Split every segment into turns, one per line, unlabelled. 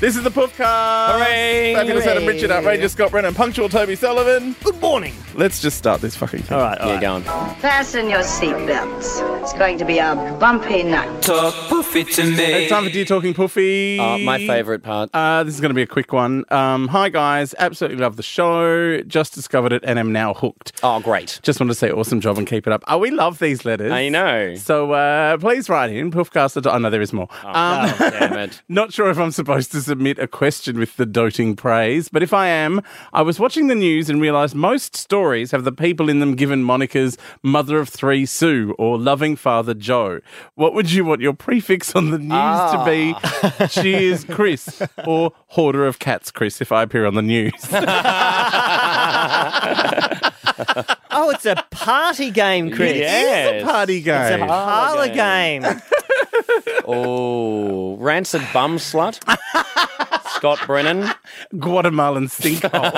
This is the podcast.
Hooray.
Fabulous Adam Richard, outrageous Scott Brennan, punctual Toby Sullivan.
Good morning.
Let's just start this fucking thing.
All right, all
Yeah,
right.
go on.
Fasten your seatbelts. It's going to be a bumpy night.
Talk poofy to me.
It's time for Dear Talking Puffy.
Uh, my favourite part.
Uh, this is going to be a quick one. Um, hi, guys. Absolutely love the show. Just discovered it and am now hooked.
oh, great.
Just want to say awesome job and keep it up. Oh, we love these letters.
I know.
So uh, please write in puffcaster. I know there is more. Um,
Oh, damn it.
Not sure if I'm supposed to submit a question with the doting praise, but if I am, I was watching the news and realised most stories have the people in them given monikers Mother of Three Sue or Loving Father Joe. What would you want your prefix on the news to
Ah.
be? Cheers, Chris, or Hoarder of Cats, Chris, if I appear on the news.
Oh, it's a party game, Chris.
Yes.
Party
It's a
game.
parlor game.
Oh, rancid bum slut. Scott Brennan.
Guatemalan sinkhole.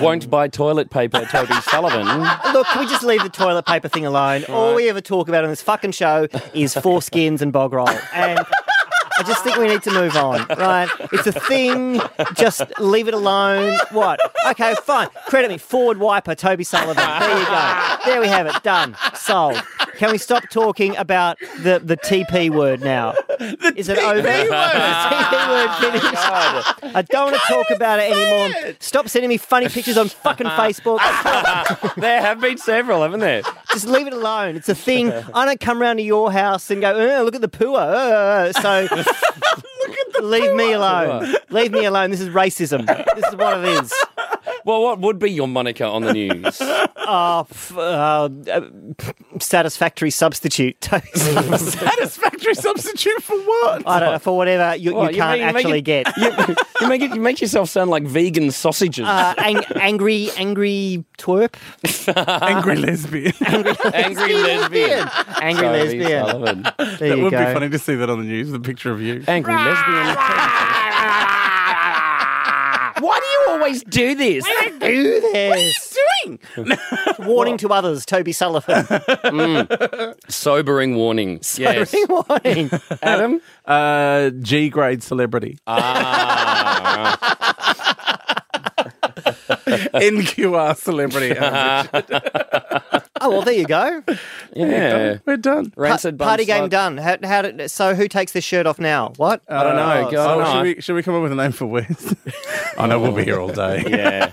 Won't buy toilet paper, Toby Sullivan.
Look, can we just leave the toilet paper thing alone? All we ever talk about on this fucking show is foreskins and bog roll. And I just think we need to move on, right? It's a thing. Just leave it alone. What? Okay, fine. Credit me. Forward wiper, Toby Sullivan. There you go. There we have it. Done. Sold. Can we stop talking about the, the TP word now? is it over? Is the TP word finished? I don't want to talk about it anymore. Stop sending me funny pictures on fucking Facebook.
There have been several, haven't there?
Just leave it alone. It's a thing. I don't come round to your house and go, "Uh, look at the poo. Uh, so leave me alone. Leave me alone. This is racism. This is what it is.
Well, what would be your moniker on the news?
Oh, f- uh, uh, p- satisfactory substitute.
Satisfactory substitute for what?
I don't know, for whatever you,
What,
you
you
can't
mean- make
actually
it-
get.
you, you make it, you make yourself sound like vegan sausages.
Uh, ang- angry, angry twerp.
Angry lesbian. that
Angry lesbian.
Angry
Toby
lesbian.
Sullivan.
There you
would
go.
be funny to see that on the news, the picture of you.
Angry lesbian. Why do you always do this?
Do this.
doing?
Warning to others, Toby Sullivan.
Sobering warning. Yes.
Warning.
Adam?
Uh, G grade celebrity.
Ah,
NQR celebrity. Um,
Oh, well, there you go.
Yeah.
We're done.
Rancid bum
Party game
slut.
done. How, how did, so who takes their shirt off now? What?
I don't know.
Oh,
Go
Oh,
on.
should, we, should we come up with a name for Wes? I know we'll be here all day.
Yeah.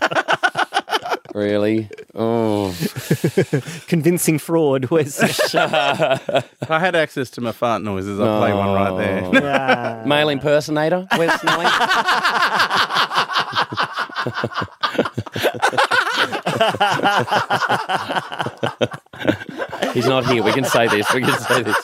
really? Oh.
Convincing fraud was
If I had access to my fart noises, I'd play one right there.
uh,
Male impersonator? Where's Snelling? He's not here. We can say this. We can say this.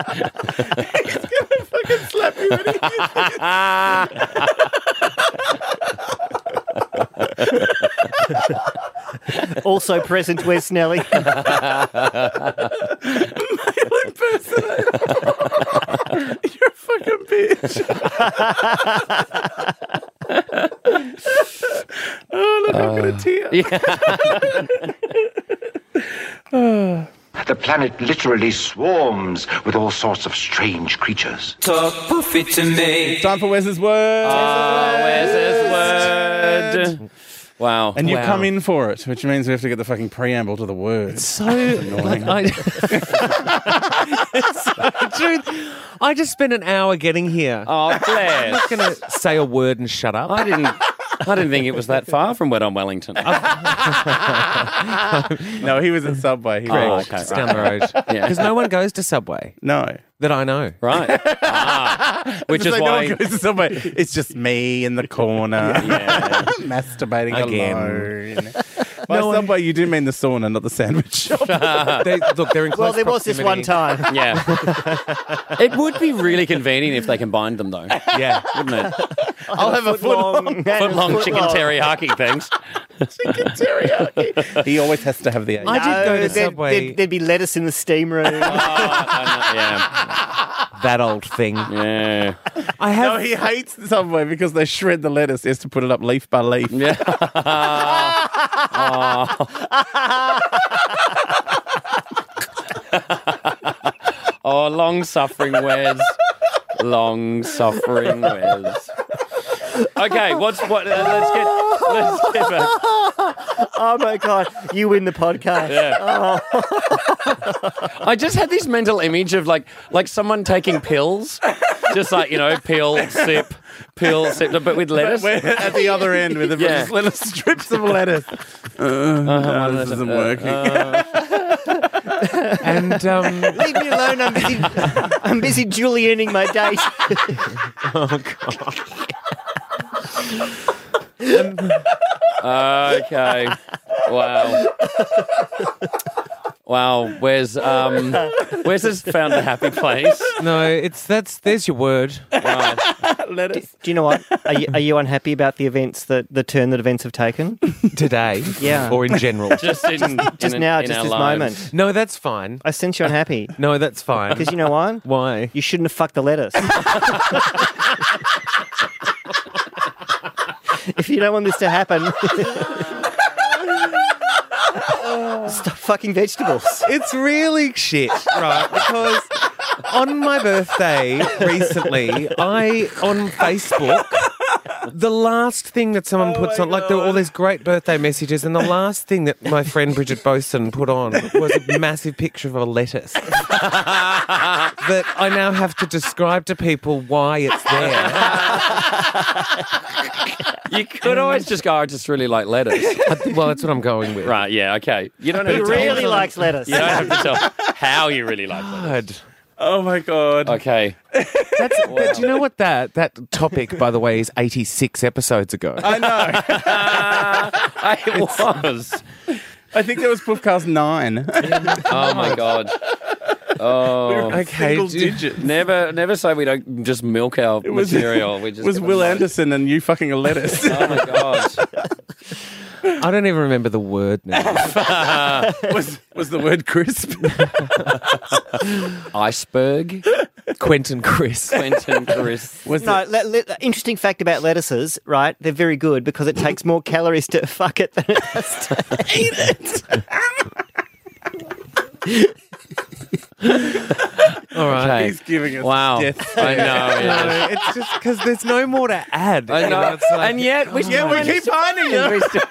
also present. Where's Snelly?
You're a fucking bitch. oh, look, I've got
Uh,
a tear.
The planet literally swarms with all sorts of strange creatures.
Talk poofy to me.
Time for Wes's word.
Where's his word? Wow.
And you
wow.
come in for it, which means we have to get the fucking preamble to the word.
So like, I,
Dude, I just spent an hour getting here.
oh, bless.
I'm not gonna say a word and shut up.
I didn't. I didn't think it was that far from where I'm Wellington.
No, he was at Subway. He
Oh,
raged.
okay,
It's down the road.
Yeah.
Because no one goes to Subway
No.
that I know.
right. Ah, which is
It's like no one
why.
goes to Subway. It's just me in the corner.
Yeah.
masturbating
Again.
alone. By Subway, you do mean the sauna, not the sandwich shop.
They, look, they're in close
well, there was this one
proximity.
time.
Yeah. it would be really convenient if they combined them, though,
Yeah.
wouldn't it?
I'll have a foot long,
Foot long chicken teriyaki things.
he always has to have the.
I did go to Subway.
There'd, there'd be lettuce in the steam room.
Yeah.
That old thing.
Yeah.
I have.
No, he hates Subway because they shred the lettuce. He has to put it up leaf by leaf.
Yeah. oh, long suffering Wes. long suffering Wes. Okay, what's what? Uh, let's get let's get back.
Oh my god, you win the podcast.
I just had this mental image of like like someone taking pills, just like you know, pill sip, pill sip, but with lettuce.
We're at the other end with the
Yeah.
just little strips of lettuce. Uh, no, this isn't working.
Uh,
And um,
Leave me alone. I'm busy. I'm busy Julianing my date.
Okay. Wow. Wow. Where's um? Where's this found a happy place?
no, it's that's there's your word.
Wow.
lettuce.
Do you know what? Are you, are you unhappy about the events that the turn that events have taken?
today
Yeah.
or in general.
Just in
Just
in-
now,
in
just
our
this
lives.
moment.
no, that's fine.
I sense you're unhappy
No, that's fine.
because you know what?
Why?
You shouldn't have fucked the lettuce. if you don't want this to happen, stop fucking vegetables.
It's really shit, right? Because on my birthday recently, I on Facebook. The last thing that someone
Oh
puts on, like there were all these great birthday messages, and the last thing that my friend Bridget Boson put on was a massive picture of a lettuce that I now have to describe to people why it's there.
You could always just go. I just really like lettuce.
well, that's what I'm going with.
Right. Yeah. Okay. You don't
He
have to tell.
really likes lettuce.
You don't have to tell how you really like lettuce.
God.
Oh my god.
Okay.
That's, but do you know what that that topic, by the way, is 86 episodes ago.
I know.
It was.
I think that was Puffcast nine.
Oh my god. Oh.
okay,
Single
do-
digit.
Never, never say we don't just milk our
was-
material. We just
was
give it
Will
a-
Anderson and you fucking a lettuce.
Oh my god.
I don't even remember the word now.
was was the word crisp?
Iceberg.
Quentin Chris.
Quentin Chris.
Was
No,
it-
le- le- interesting fact about lettuces, right? They're very good because it takes more calories to fuck it than it does to eat it.
All right.
he's giving us
Wow.
death.
I know. yeah.
No, it's just because there's no more to add.
I
You
know.
it's like-
and yet, we
Yeah, we keep finding you.
we still-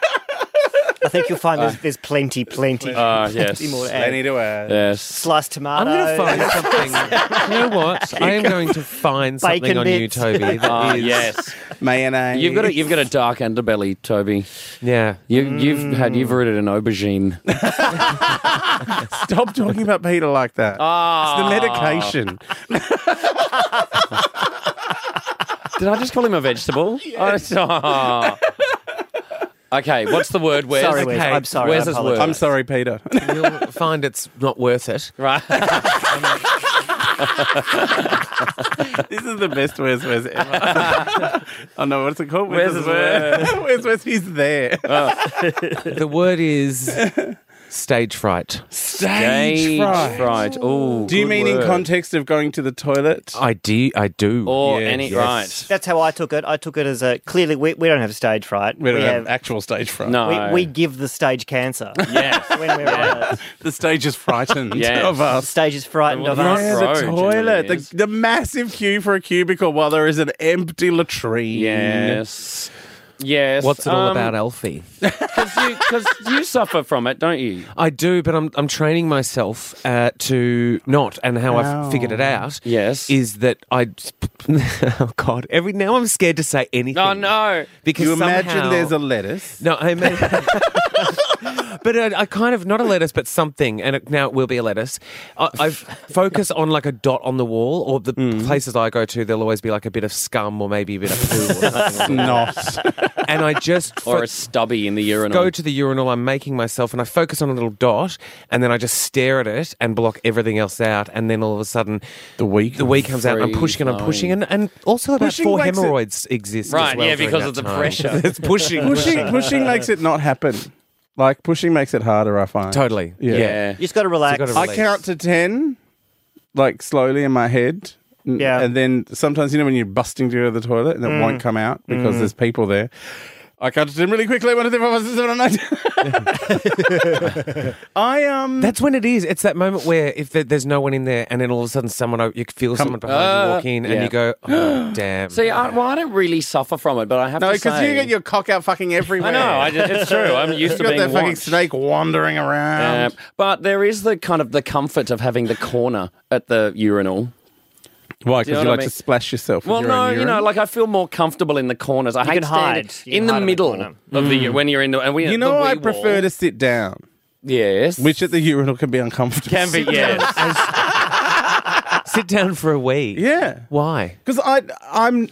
I think you'll find there's, there's plenty, plenty.
Ah, yes.
plenty more to
I
add.
need to add.
Yes.
Sliced tomato.
I'm going to find something. you know what? I am going to find something
Bacon
on
bits.
you, Toby. that
Ah,
is-
yes.
Mayonnaise.
You've got a, you've got a dark underbelly, Toby.
Yeah.
You, You've had you've rooted an aubergine.
Stop talking about Peter like that.
Ah.
It's the medication.
Did I just call him a vegetable? Oh, it's- oh. Okay, what's the word? Where's
Sorry, Wes.
okay,
I'm sorry.
where's
I
his
apologize.
word?
I'm sorry, Peter.
You'll find it's not worth it.
right?
this is the best Where's Where's ever. oh no, what's it called?
Where's his word?
Where's Where's he's there.
The word is stage fright.
Stage fright.
Right. Oh.
Do you
good
mean in
word.
context of going to the toilet?
I do. I do.
Or
Yes.
any
Yes.
right?
That's how I took it. I took it as a clearly we, we don't have stage fright.
we don't have,
have-
actual stage fright.
No.
we, we give the stage cancer
Yes.
when we're on it.
The stage is frightened
Yes.
of
The
us.
stage is frightened of
Right.
us.
Yeah,
row
the
generally
toilet,
is.
the, the massive queue for a cubicle while there is an empty latrine.
Yes. Yes.
What's it all
um,
about, Alfie?
Because you, 'cause you suffer from it, don't you?
I do, but I'm I'm training myself uh, to not. And how I've figured it out,
Oh. Yes.
is that I. Oh God! Every now I'm scared to say anything.
Oh no.
Because
You imagine
somehow-
there's a lettuce.
no. I mean, but I, I kind of not a lettuce, but something, and it, now it will be a lettuce. I, I focus on like a dot on the wall, or the
Mm.
places I go to, there'll always be like a bit of scum, or maybe a bit of poo, or something like that.
Not.
and I just
Or
fo-
a stubby in the urinal.
go to the urinal I'm making myself and I focus on a little dot and then I just stare at it and block everything else out and then all of a sudden
The week.
the wee comes out and I'm
Free
pushing and I'm pushing
flowing.
and, and also about
Pushing
four
wakes it-
hemorrhoids exist as
Right,
well
yeah,
during
because
that
of the
time.
pressure.
it's pushing
pushing pushing makes it not happen. Like pushing makes it harder. I find
totally
Mm.
yeah,
You just got to relax.
gotta
I
relax.
count to ten, like slowly in my head. N-
Yeah.
And then sometimes you know when you're busting to go to the toilet and it won't come out because there's people there. I counted them really quickly. One, two, three, four, five, six, seven, eight, nine. I um.
That's when it is. It's that moment where if there, there's no one in there, and then all of a sudden someone o- you feel someone behind you walk in,
yeah.
and you go, oh, "Damn!"
See, I, well, I don't really suffer from it, but I have
no,
to
because
say,
you get your cock out fucking everywhere.
I know. I just, it's true. I'm used
You've
to
got
being
that fucking
watched.
snake wandering
Uh,
around.
but there is the kind of the comfort of having the corner at the urinal.
Why?
you know
Because you
what I
like
mean?
to splash yourself. with
Well,
your own
no, you
urine?
know, like I feel more comfortable in the corners. I hate
can
standing
hide. You
in
can hide
the
in the
middle
corner.
of the when you're in the and we
Mm. You
the
know,
wee
I
wall.
prefer to sit down,
yes,
which at the urinal can be uncomfortable.
can be yes.
sit down for a wee.
Yeah,
Why?
because I I'm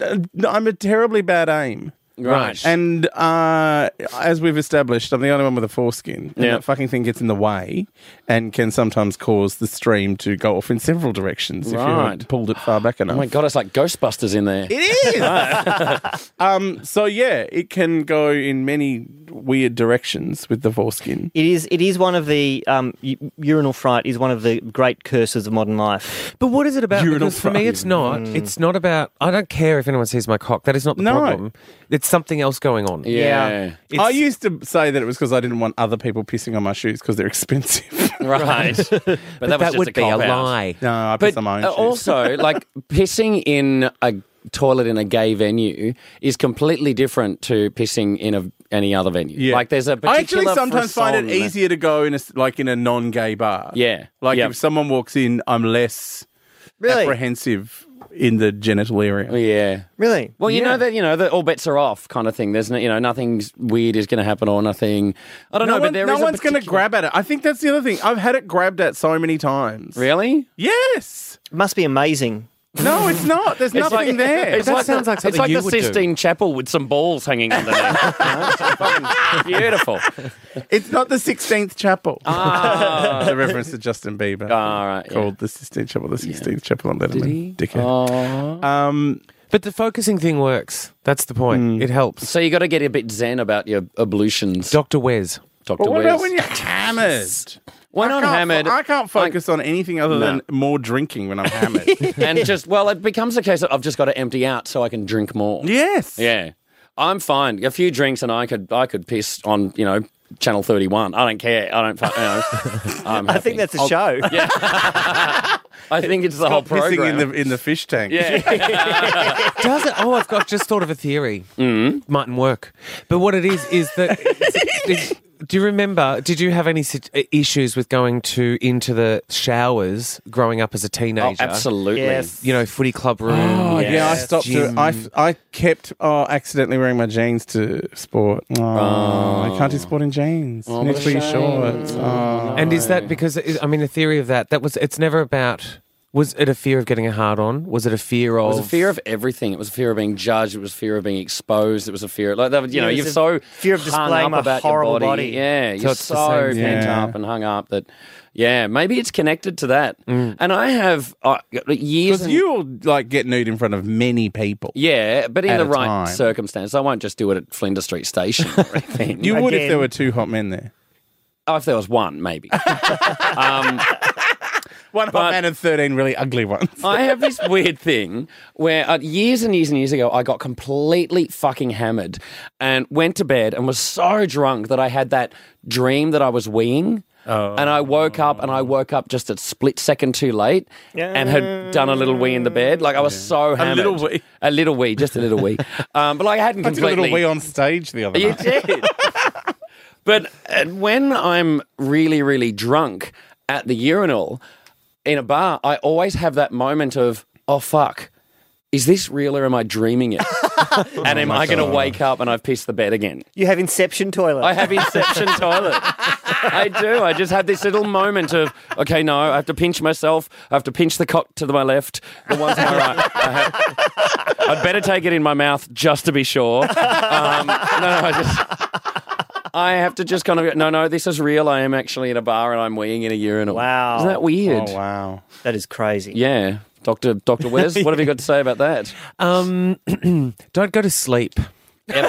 I'm a terribly bad aim.
Right.
And uh, as we've established, I'm the only one with a foreskin. And
Yeah.
That fucking thing gets in the way and can sometimes cause the stream to go off in several directions if you haven't
Right.
pulled it far back enough.
Oh my god, it's like Ghostbusters in there.
It is. um, so yeah, it can go in many weird directions with the foreskin.
It is. It is one of the um, u- urinal fright. Is one of the great curses of modern life.
But what is it about?
Urinal
because for me,
fry.
it's not.
Mm.
It's not about. I don't care if anyone sees my cock. That is not the
No.
problem. It's something else going on.
yeah.
It's,
I used to say that it was because I didn't want other people pissing on my shoes because they're expensive.
Right. but, that, was just
would
a
be a
cop out.
lie.
no, I piss
But
on my own
uh,
shoes.
also, like pissing in a toilet in a gay venue is completely different to pissing in a, any other venue.
Yeah.
Like there's a particular
I actually sometimes find it
frisson.
easier to go in a s- like in a non-gay bar.
Yeah.
Like
Yeah.
if someone walks in, I'm less apprehensive in the genital area.
Yeah.
Really?
Well, you
Yeah.
know that you know that all bets are off kind of thing. There's no, you know nothing weird is going to happen or nothing. I don't
No,
know,
one-
but there
no
is
one's
a
going to
particular-
grab at it. I think that's the other thing. I've had it grabbed at so many times.
really.
Yes.
It must be amazing.
No, it's not. There's nothing there.
It's
That
the-
sounds like something
It's like
you
the
would do.
Sistine Chapel with some balls hanging underneath. It's fucking beautiful.
It's not the 16th Chapel. Ah. it's a reference to Justin Bieber.
All right. Ah, yeah.
Called the 16th Chapel, the 16th Chapel on Letterman. Dickhead.
Aw.
Um,
But the focusing thing works. That's the point. It helps.
So you got to get a bit zen about your ablutions,
Doctor Wes.
Doctor
but what
Wes.
about when you're hammered?
When
I
I'm
can't fo-
hammered,
I can't
I-
focus on anything other than more drinking when I'm hammered.
and just well, it becomes a case of I've just got to empty out so I can drink more.
yes.
Yeah. I'm fine. A few drinks and I could I could piss on you know Channel Thirty One. I don't care. I don't. fu- You know, I'm
I think that's a show.
I think it's the whole
Stop pissing in
program.
the, in the fish tank.
yeah.
Does it? Oh, I've got just thought of a theory. Mm. Mightn't work. But what it is is that. is- do you remember? Did you have any sit- uh, issues with going to into the showers growing up as
Oh,
a teenager?
absolutely.
Yes.
You know, footy club room.
Oh, yeah, I
Yes.
stopped. To,
Gym.
I, f- I kept oh, accidentally wearing my jeans to sport. Oh, I can't do sport in jeans.
Oh,
Need
what
to
a
wear
shame.
shorts. Oh.
And is that because I mean the theory of that that was it's never about was it a fear of getting a hard on? Was it a fear of
It was a fear of everything. It was a fear of being judged. It was a fear of being exposed. It was a fear, like that. was- You know,
Yeah, it
you're
was
so
a fear of
hung
displaying
up
my
about your
horrible body.
Yeah, you're
it's the
so, pent
same
thing. Yeah.
up and hung up that. Yeah, maybe it's connected to that.
Mm.
And I have uh, years.
Because
and-
you will like get nude in front of many people.
yeah, but in
At
the
a
right
time.
circumstance, I won't just do it at Flinders Street Station or anything.
You would if
Again.
there were two hot men there.
oh, if there was one, maybe. um,
One hot
But-
man and thirteen really ugly ones.
I have this weird thing where uh, years and years and years ago, I got completely fucking hammered and went to bed and was so drunk that I had that dream that I was weeing. And I woke up and I woke up just a split second too late and had done a little wee in the bed. Like I was so hammered.
little wee.
A little wee, just a little wee. Um, but like I hadn't
I did a
completely.
little wee on stage the other
You
night.
did. but uh, when I'm really, really drunk at the urinal in a bar, I always have that moment of, oh, fuck. Is this real or am I dreaming it? and am I going to wake up and I've pissed the bed again?
You have Inception toilet.
I have Inception toilet. I do. I just have this little moment of, okay, no, I have to pinch myself. I have to pinch the cock to my left, the one to my right. I have, I'd better take it in my mouth just to be sure. Um, no, no, I just. I have to just kind of go, no, no, this is real. I am actually in a bar and I'm weeing in a urinal.
Wow.
Isn't that weird?
Oh wow!
that is crazy.
Yeah. Dr. Dr. Wes, what have you got to say about that?
um don't go to sleep.
Ever.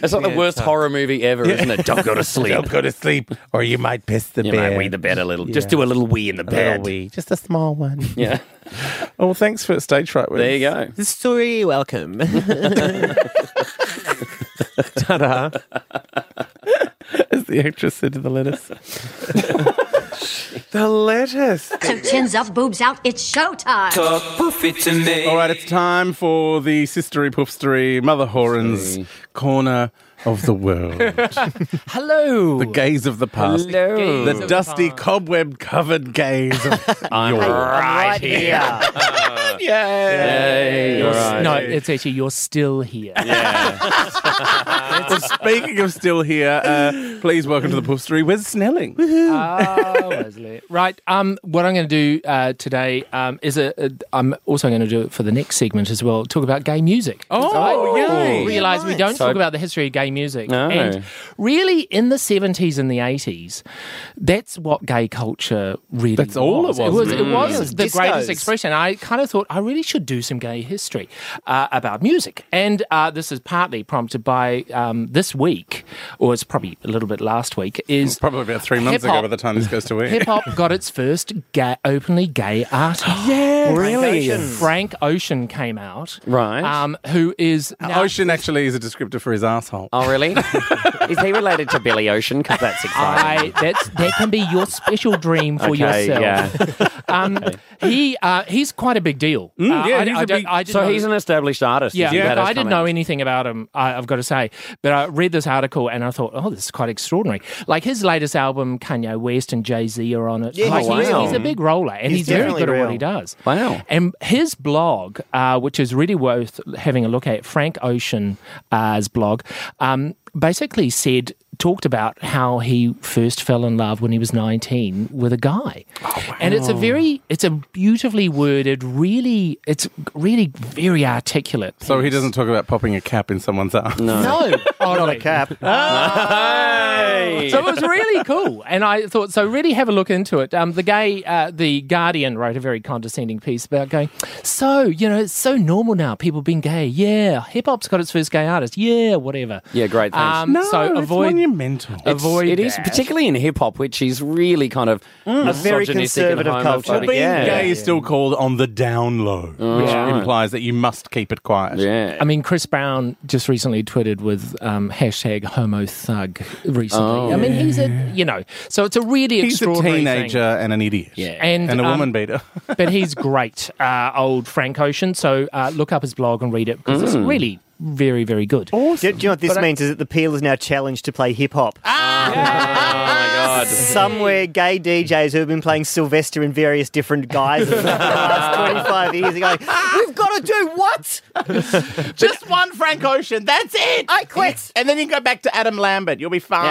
That's not the worst horror movie ever, isn't it? Don't go to sleep.
Don't go to sleep, or you might piss the
You
bed.
might wee the bed a little. Just do a little wee in the
A little
bed.
wee, just a small one.
Yeah.
Oh, well, thanks for stage fright. Wes.
There you go.
The story, welcome.
Ta-da.
As the actress said to the lettuce.
The lettuce.
So chins up, boobs out, it's showtime.
Talk poofy to me.
All right, it's time for the sistery poofstery Mother Horan's corner of the world.
Hello.
the gaze of the past.
Hello.
The dusty, cobweb covered gaze of
I'm
Right here.
Yay. You're right.
No, it's actually you're still here.
Well, speaking of still here, uh, please welcome to the poofstery Wes Snelling.
Oh, Wesley. Right. Um, what I'm going to do uh, today um, is a, a. I'm also going to do it for the next segment as well. Talk about gay music.
Oh, yay.
Realize we don't
So-
talk about the history of gay music.
No.
And really, in the 70s and the 80s, that's what gay culture really
That's all it was,
It was, it
really.
was
It was
the greatest
discos.
expression. I kind of thought I really should do some gay history uh, about music. And uh, this is partly prompted by um, this week, or it's probably a little bit last week, is
Probably about three months ago
Hip-hop.
by the time this goes to air.
Hip hop got its first gay, openly gay artist. yeah,
really? Ocean.
Frank Ocean came out,
Right.
Um, who is now,
Uh, Ocean actually is a descriptor for his asshole.
Oh, really? Is he related to Billy Ocean? Because that's exciting.
I, that's that can be your special dream for
Okay,
yourself.
yeah.
Um, He uh, he's quite a big deal. Uh,
yeah,
I,
he's
I
a
don't-
big-
I didn't
So
know-
he's an established artist.
Yeah,
Isn't that
I
his
didn't
comment?
know anything about him. I, I've got to say, but I read this article and I thought, oh, this is quite extraordinary. Like his latest album, Kanye West and Jay Z are on it.
Yeah,
like,
he's
he's,
real.
he's a big roller and
He's
he's, very
definitely
good at
real.
what he does.
Wow.
And his blog, uh, which is really worth having a look at, Frank Ocean's blog, um, basically said. Talked about how he first fell in love when he was 19 with a guy. And it's a very, it's a beautifully worded, really, it's really very articulate.
So he doesn't talk about popping a cap in someone's ass.
No, oh,
Not a cap.
Hey!
So it was really cool, and I thought so. Really have a look into it. Um, the gay, uh, the Guardian wrote a very condescending piece about going. So you know, it's so normal now. People being gay. Yeah, hip hop's got its first gay artist. Yeah, whatever.
Yeah, great, thanks.
Um, so
it's
avoid.
monumental.
avoid
It is
that.
particularly in hip hop, which is really kind of a
very conservative culture.
Well, being
yeah.
gay is still called on the down low, which
Right.
implies that you must keep it quiet.
Yeah.
I mean, Chris Brown just recently tweeted with um, hashtag homo thug recently.
Oh,
I mean, he's a, you know, so it's a really
He's a
extraordinary thing.
teenager and an idiot.
Oh
And,
And a
um,
woman beater.
but he's great, uh, old Frank Ocean. So uh, look up his blog and read it because it's really very, very good.
Do, do you know what this means? Is that the Peel is now challenged to play hip hop.
Ah.
God.
Somewhere, gay DJs who have been playing Sylvester in various different guises for the last 25 years are going, We've got to do what?
Just one Frank Ocean. That's it. I quit. And then you go back to Adam Lambert. You'll be fine.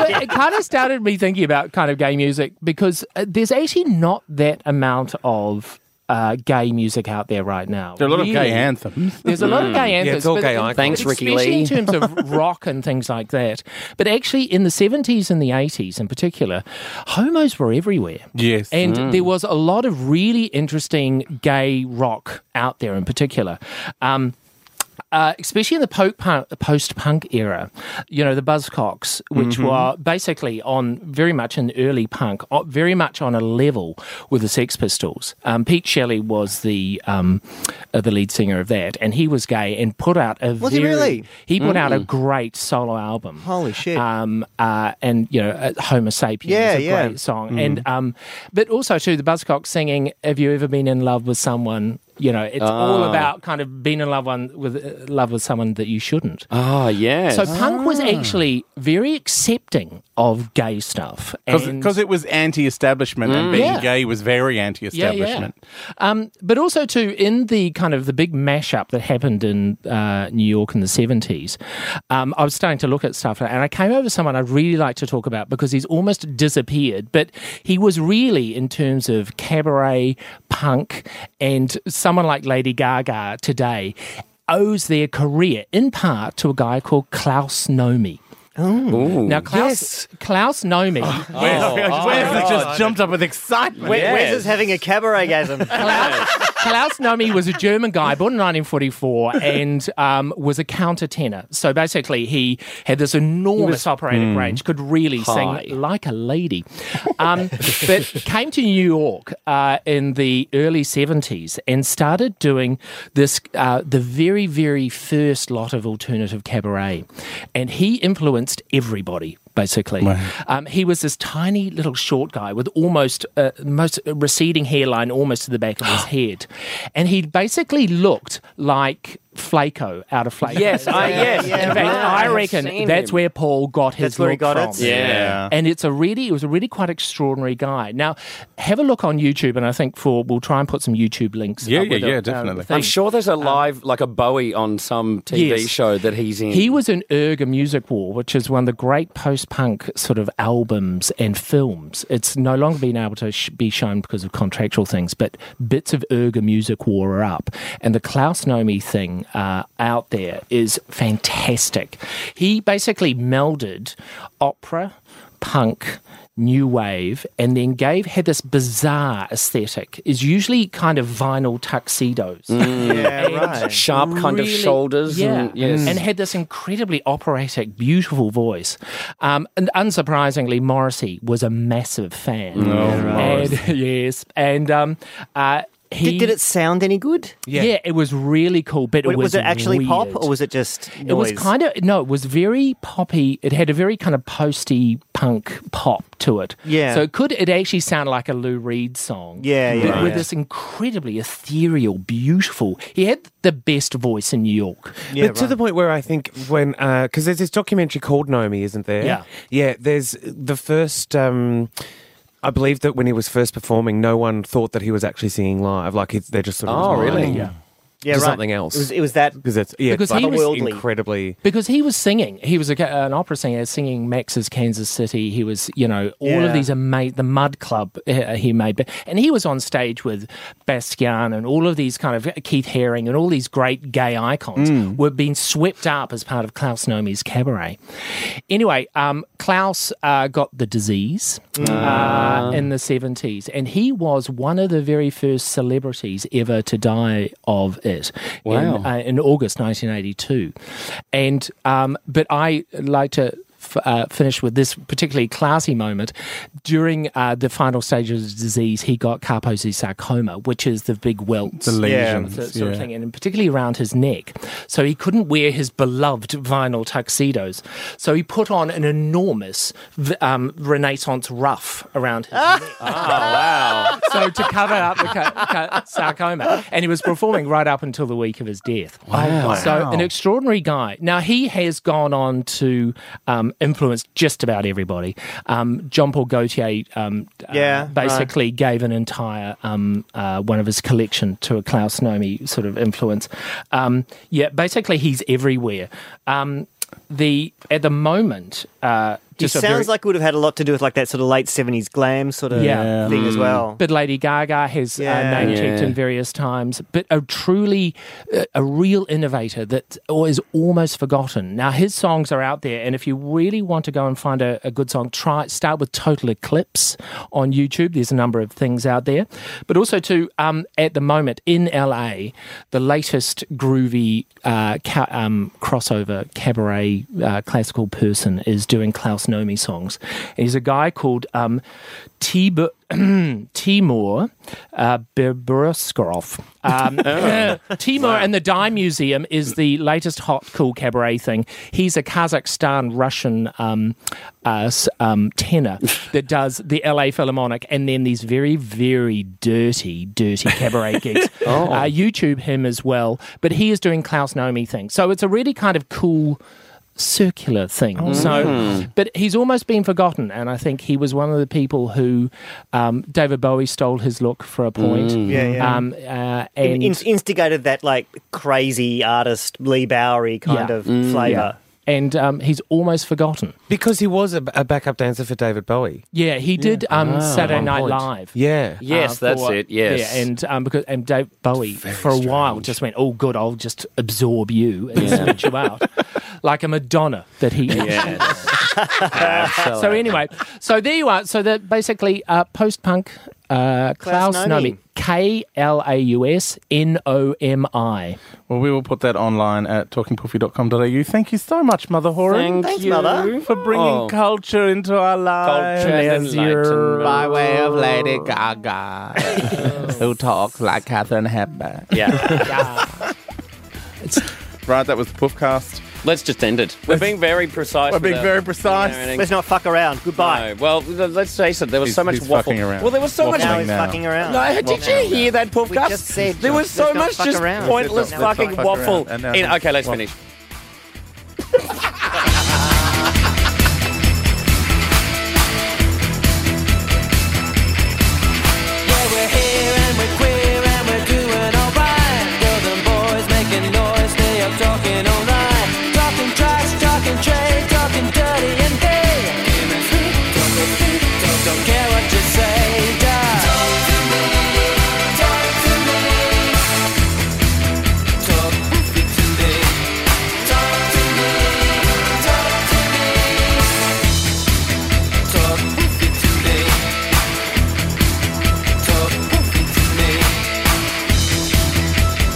Well, it kind of started me thinking about kind of gay music because uh, there's actually not that amount of uh, gay music out there right now.
There are a lot of
Really.
gay anthems.
There's a lot of gay anthems.
it's all
but-
gay icons.
Thanks, Ricky
especially
Lee.
in terms of rock and things like that. But actually, in the 70s and the 80s in particular, homos were everywhere.
Yes.
And there was a lot of really interesting gay rock out there in particular. Um, uh, especially in the po- pu- post-punk era, you know the Buzzcocks, which were basically on very much an early punk, o- very much on a level with the Sex Pistols. Um, Pete Shelley was the um, uh, the lead singer of that, and he was gay and put out a
Was he
very-
really?
he put out a great solo album.
Holy shit.
Um, uh, and you know, uh, Homo Sapiens,
Yeah,
is a
yeah. Mm.
great song, and um, but also too the Buzzcocks singing "Have you ever been in love with someone?" You know, it's
Ah.
all about kind of being in love one with uh, love with someone that you shouldn't.
Oh, yes.
So punk
Ah.
was actually very accepting of gay stuff and-
Because it was anti establishment
Mm.
and being
Yeah.
gay was very anti
yeah,
establishment.
yeah. Um, but also too in the kind of the big mashup that happened in uh, New York in the seventies. Um, I was starting to look at stuff, and I came over someone I'd really like to talk about because he's almost disappeared, but he was really in terms of cabaret, punk, and someone like Lady Gaga today owes their career in part to a guy called Klaus Nomi. Oh, now Klaus Klaus Nomi.
Oh,
Wes has just jumped up with excitement.
Wes is having a cabaret gasm.
Klaus Nomi was a German guy born in 1944 and um, was a countertenor. So basically, he had this enormous operatic range, could really sing like a lady. Um, but came to New York uh, in the early 70s and started doing this, uh, the very, very first lot of alternative cabaret. And he influenced everybody basically. Um, he was this tiny little short guy with almost uh, most receding hairline almost to the back of his head, and he basically looked like Flaco out of Flaco.
Yes, I- yes.
In fact,
Yeah,
I
I've
reckon
seen
that's
him.
where Paul got his
That's where he
look
got
from.
it?
Yeah.
And it's a really, it was a really quite extraordinary guy. Now, have a look on YouTube, and I think for we'll try and put some YouTube links.
Yeah,
up
yeah,
with
yeah,
it, um,
definitely.
thing.
I'm sure there's a live, like a Bowie on some TV
Yes.
show that he's in.
He was in Erga Music War, which is one of the great post-punk sort of albums and films. It's no longer been able to sh- be shown because of contractual things, but bits of Erga Music War are up, and the Klaus Nomi thing uh, out there is fantastic. He basically melded opera, punk. New wave, and then gave had this bizarre aesthetic. Is usually kind of vinyl tuxedos
Mm.
Yeah,
And
right.
sharp kind of
really-
shoulders.
yeah,
And, yes.
and had this incredibly operatic, beautiful voice. Um, and unsurprisingly, Morrissey was a massive fan. and, yes, and um, uh, he
Did, did it sound any good?
Yeah. it was really cool. But
Was,
it was,
it actually pop
weird.
or was it just
It
noise?
was kind of no. It was very poppy. It had a very kind of posty punk pop to it.
Yeah.
So it could it actually sound like a Lou Reed song?
Yeah,
With-
yeah,
With
yeah.
this incredibly ethereal, beautiful. He had the best voice in New York.
Yeah,
but to the point where I think when because there's this documentary called Nomi, isn't there?
Yeah.
yeah. There's the first. Um, I believe that when he was first performing, no one thought that he was actually singing live. Like it's, they're just sort of
Oh,
lying
really?
Yeah.
yeah,
to
right.
something else.
It was, it was that.
because it's yeah,
Because
it's like
he was-
incredibly.
Because he was singing, he was a, ca- an opera singer singing Max's Kansas City. He was, you know, all
Yeah.
of these amazing the Mud Club uh, he made, but and he was on stage with Bastian and all of these kind of uh, Keith Haring and all these great gay icons were being swept up as part of Klaus Nomi's cabaret. Anyway, um, Klaus uh, got the disease uh, in the seventies, and he was one of the very first celebrities ever to die of it. in,
Wow.
uh, in August 1982. And um, but I like to. F- uh, finish with this particularly classy moment. During uh, the final stages of the disease, he got Kaposi sarcoma, which is the big welts.
The
Yeah.
lesions,
So- sort of
yeah.
thing, and particularly around his neck. So he couldn't wear his beloved vinyl tuxedos. So he put on an enormous v- um, Renaissance ruff around his neck. Oh, wow. So to cover up the ca- ca- sarcoma. And he was performing right up until the week of his death. Wow. So an extraordinary guy. Now, he has gone on to um, influence just about everybody. Um, John Paul Gaultier um, uh,
Yeah,
basically basically gave an entire um, uh, one of his collection to a Klaus Nomi sort of influence. Um, yeah, basically he's everywhere. Um, the at the moment, uh,
It
just a
sounds
very-
like it would have had a lot to do with like that sort of late seventies glam sort of
Yeah.
thing as well.
Mm. But Lady Gaga has
Yeah.
uh, name checked
Yeah.
in various times. But a truly, uh, a real innovator that is almost forgotten. Now his songs are out there, and if you really want to go and find a, a good song, try start with Total Eclipse on YouTube. There's a number of things out there, but also too um, at the moment in LA, the latest groovy uh, ca- um, crossover cabaret uh, classical person is doing Klaus Nomi songs. And he's a guy called um, Tib- Timur uh, Berberiskov. Um, Timur and the Dime Museum is the latest hot, cool cabaret thing. He's a Kazakhstan Russian um, uh, s- um, tenor that does the LA Philharmonic and then these very, very dirty, dirty cabaret gigs. uh, YouTube him as well, but he is doing Klaus Nomi things. So it's a really kind of cool circular thing. So, but he's almost been forgotten, and I think he was one of the people who um, David Bowie stole his look for a point.
Yeah, yeah.
Um, uh,
In-
and
in- instigated that like crazy artist Lee Bowery kind
Mm, Yeah.
of flavour.
and um, he's almost forgotten.
Because he was a, a backup dancer for David Bowie.
Yeah, he did um, Saturday Night Live.
Yeah.
uh,
yes, that's
for-
it. Yes.
yeah, and um, because and Dave Bowie for a while just went, "Oh, good, I'll just absorb you and switch you out," like a Madonna that he. so anyway, so there you are. So that basically, uh, post punk, uh, Klaus Nomi,
Nomi.
K L A U S N O M I.
Well, we will put that online at talkingpoofy.com.au. Thank you so much, Mother Horan.
Thanks, mother.
for bringing
Oh.
culture into our lives.
Culture and
As your-
enlightenment.
By way of Lady Gaga, who talks like Catherine Hepburn.
Yeah.
Right, that was the Poofcast.
let's just end it. We're being very precise.
We're being
without-
very precise.
Yeah, anything.
Let's not fuck around. Goodbye.
No. Well, th- let's face it. There was
He's-
so much
he's
waffle.
fucking around.
Well, there was so
Waffling
Now
much.
he's
now.
fucking around.
No, did you hear that, Puff
We
Gus?
just said
there was
just-
so
let's not
much
fuck
just
around.
Let's
pointless
not
fucking
fuck around.
waffle.
And now
in,
just
okay, let's
waffle.
finish.
Yeah, we're here and we're queer and we're doing alright. Girls and boys making noise, they are talking all night. Talking trash, talking trade, talking dirty and gay. Don't, don't care what you say, duh. Talk to me, talk to me. Talk poofy to me. Talk to me, talk to me. Talk poofy to me. Talk poofy to me.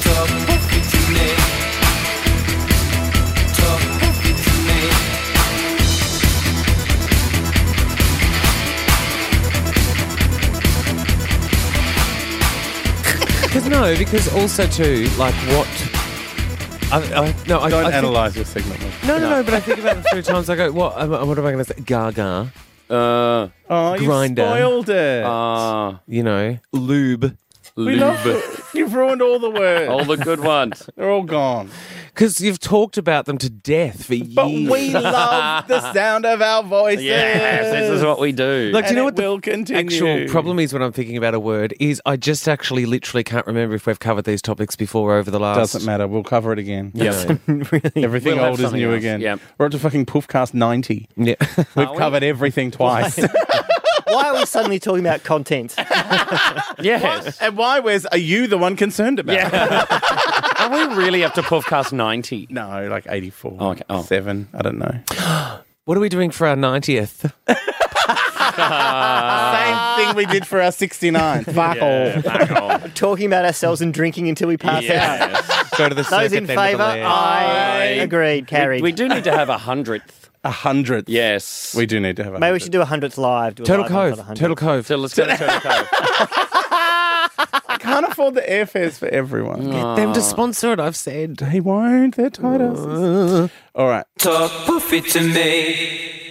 Talk poofy to me. Talk poofy to me.
Because no, because also too, like what? I, I, no, I
Don't
I think-
analyse your segment. mate.
no, no, no. But I think about it three times. I go, what? am I- What am I going to say? Gaga.
Uh,
Oh, you
Grinder.
spoiled it.
uh,
You know, lube.
we love You've ruined all the words.
all the good ones.
They're all gone.
Because you've talked about them to death for years.
But we love the sound of our voices.
yes, this is what we do.
Like, do
And
you know
it
what the
will continue.
actual problem is when I'm thinking about a word is I just actually literally can't remember if we've covered these topics before over the last.
Doesn't matter. We'll cover it again.
you know.
Everything
We'll have
old is
something
new
else.
again.
Yep.
We're up to fucking Poofcast 90.
yeah.
We've covered everything twice.
Why are we suddenly talking about content?
yes.
and why, Wes, are you the one concerned about?
Yeah. Are we really up to Puffcast 90?
No, like 84.
Oh, okay. Oh.
7. I don't know.
What are we doing for our 90th?
Same thing we did for our 69. Fuck
Ah. Yeah, back on.
talking about ourselves and drinking until we pass out.
Yes.
Go to the
Those in favour, I agreed. Carried.
we do need to have a hundredth.
A hundredth.
Yes.
We do need to have a
Maybe we should do a hundredth live. Do a
Turtle
live one for the
Cove.
100th.
Turtle Cove.
So let's go to Turtle Cove.
I can't afford the airfares for everyone.
Get them to sponsor it, I've said. Uh.
They won't. They're tight asses. All right.
Talk poofy to me.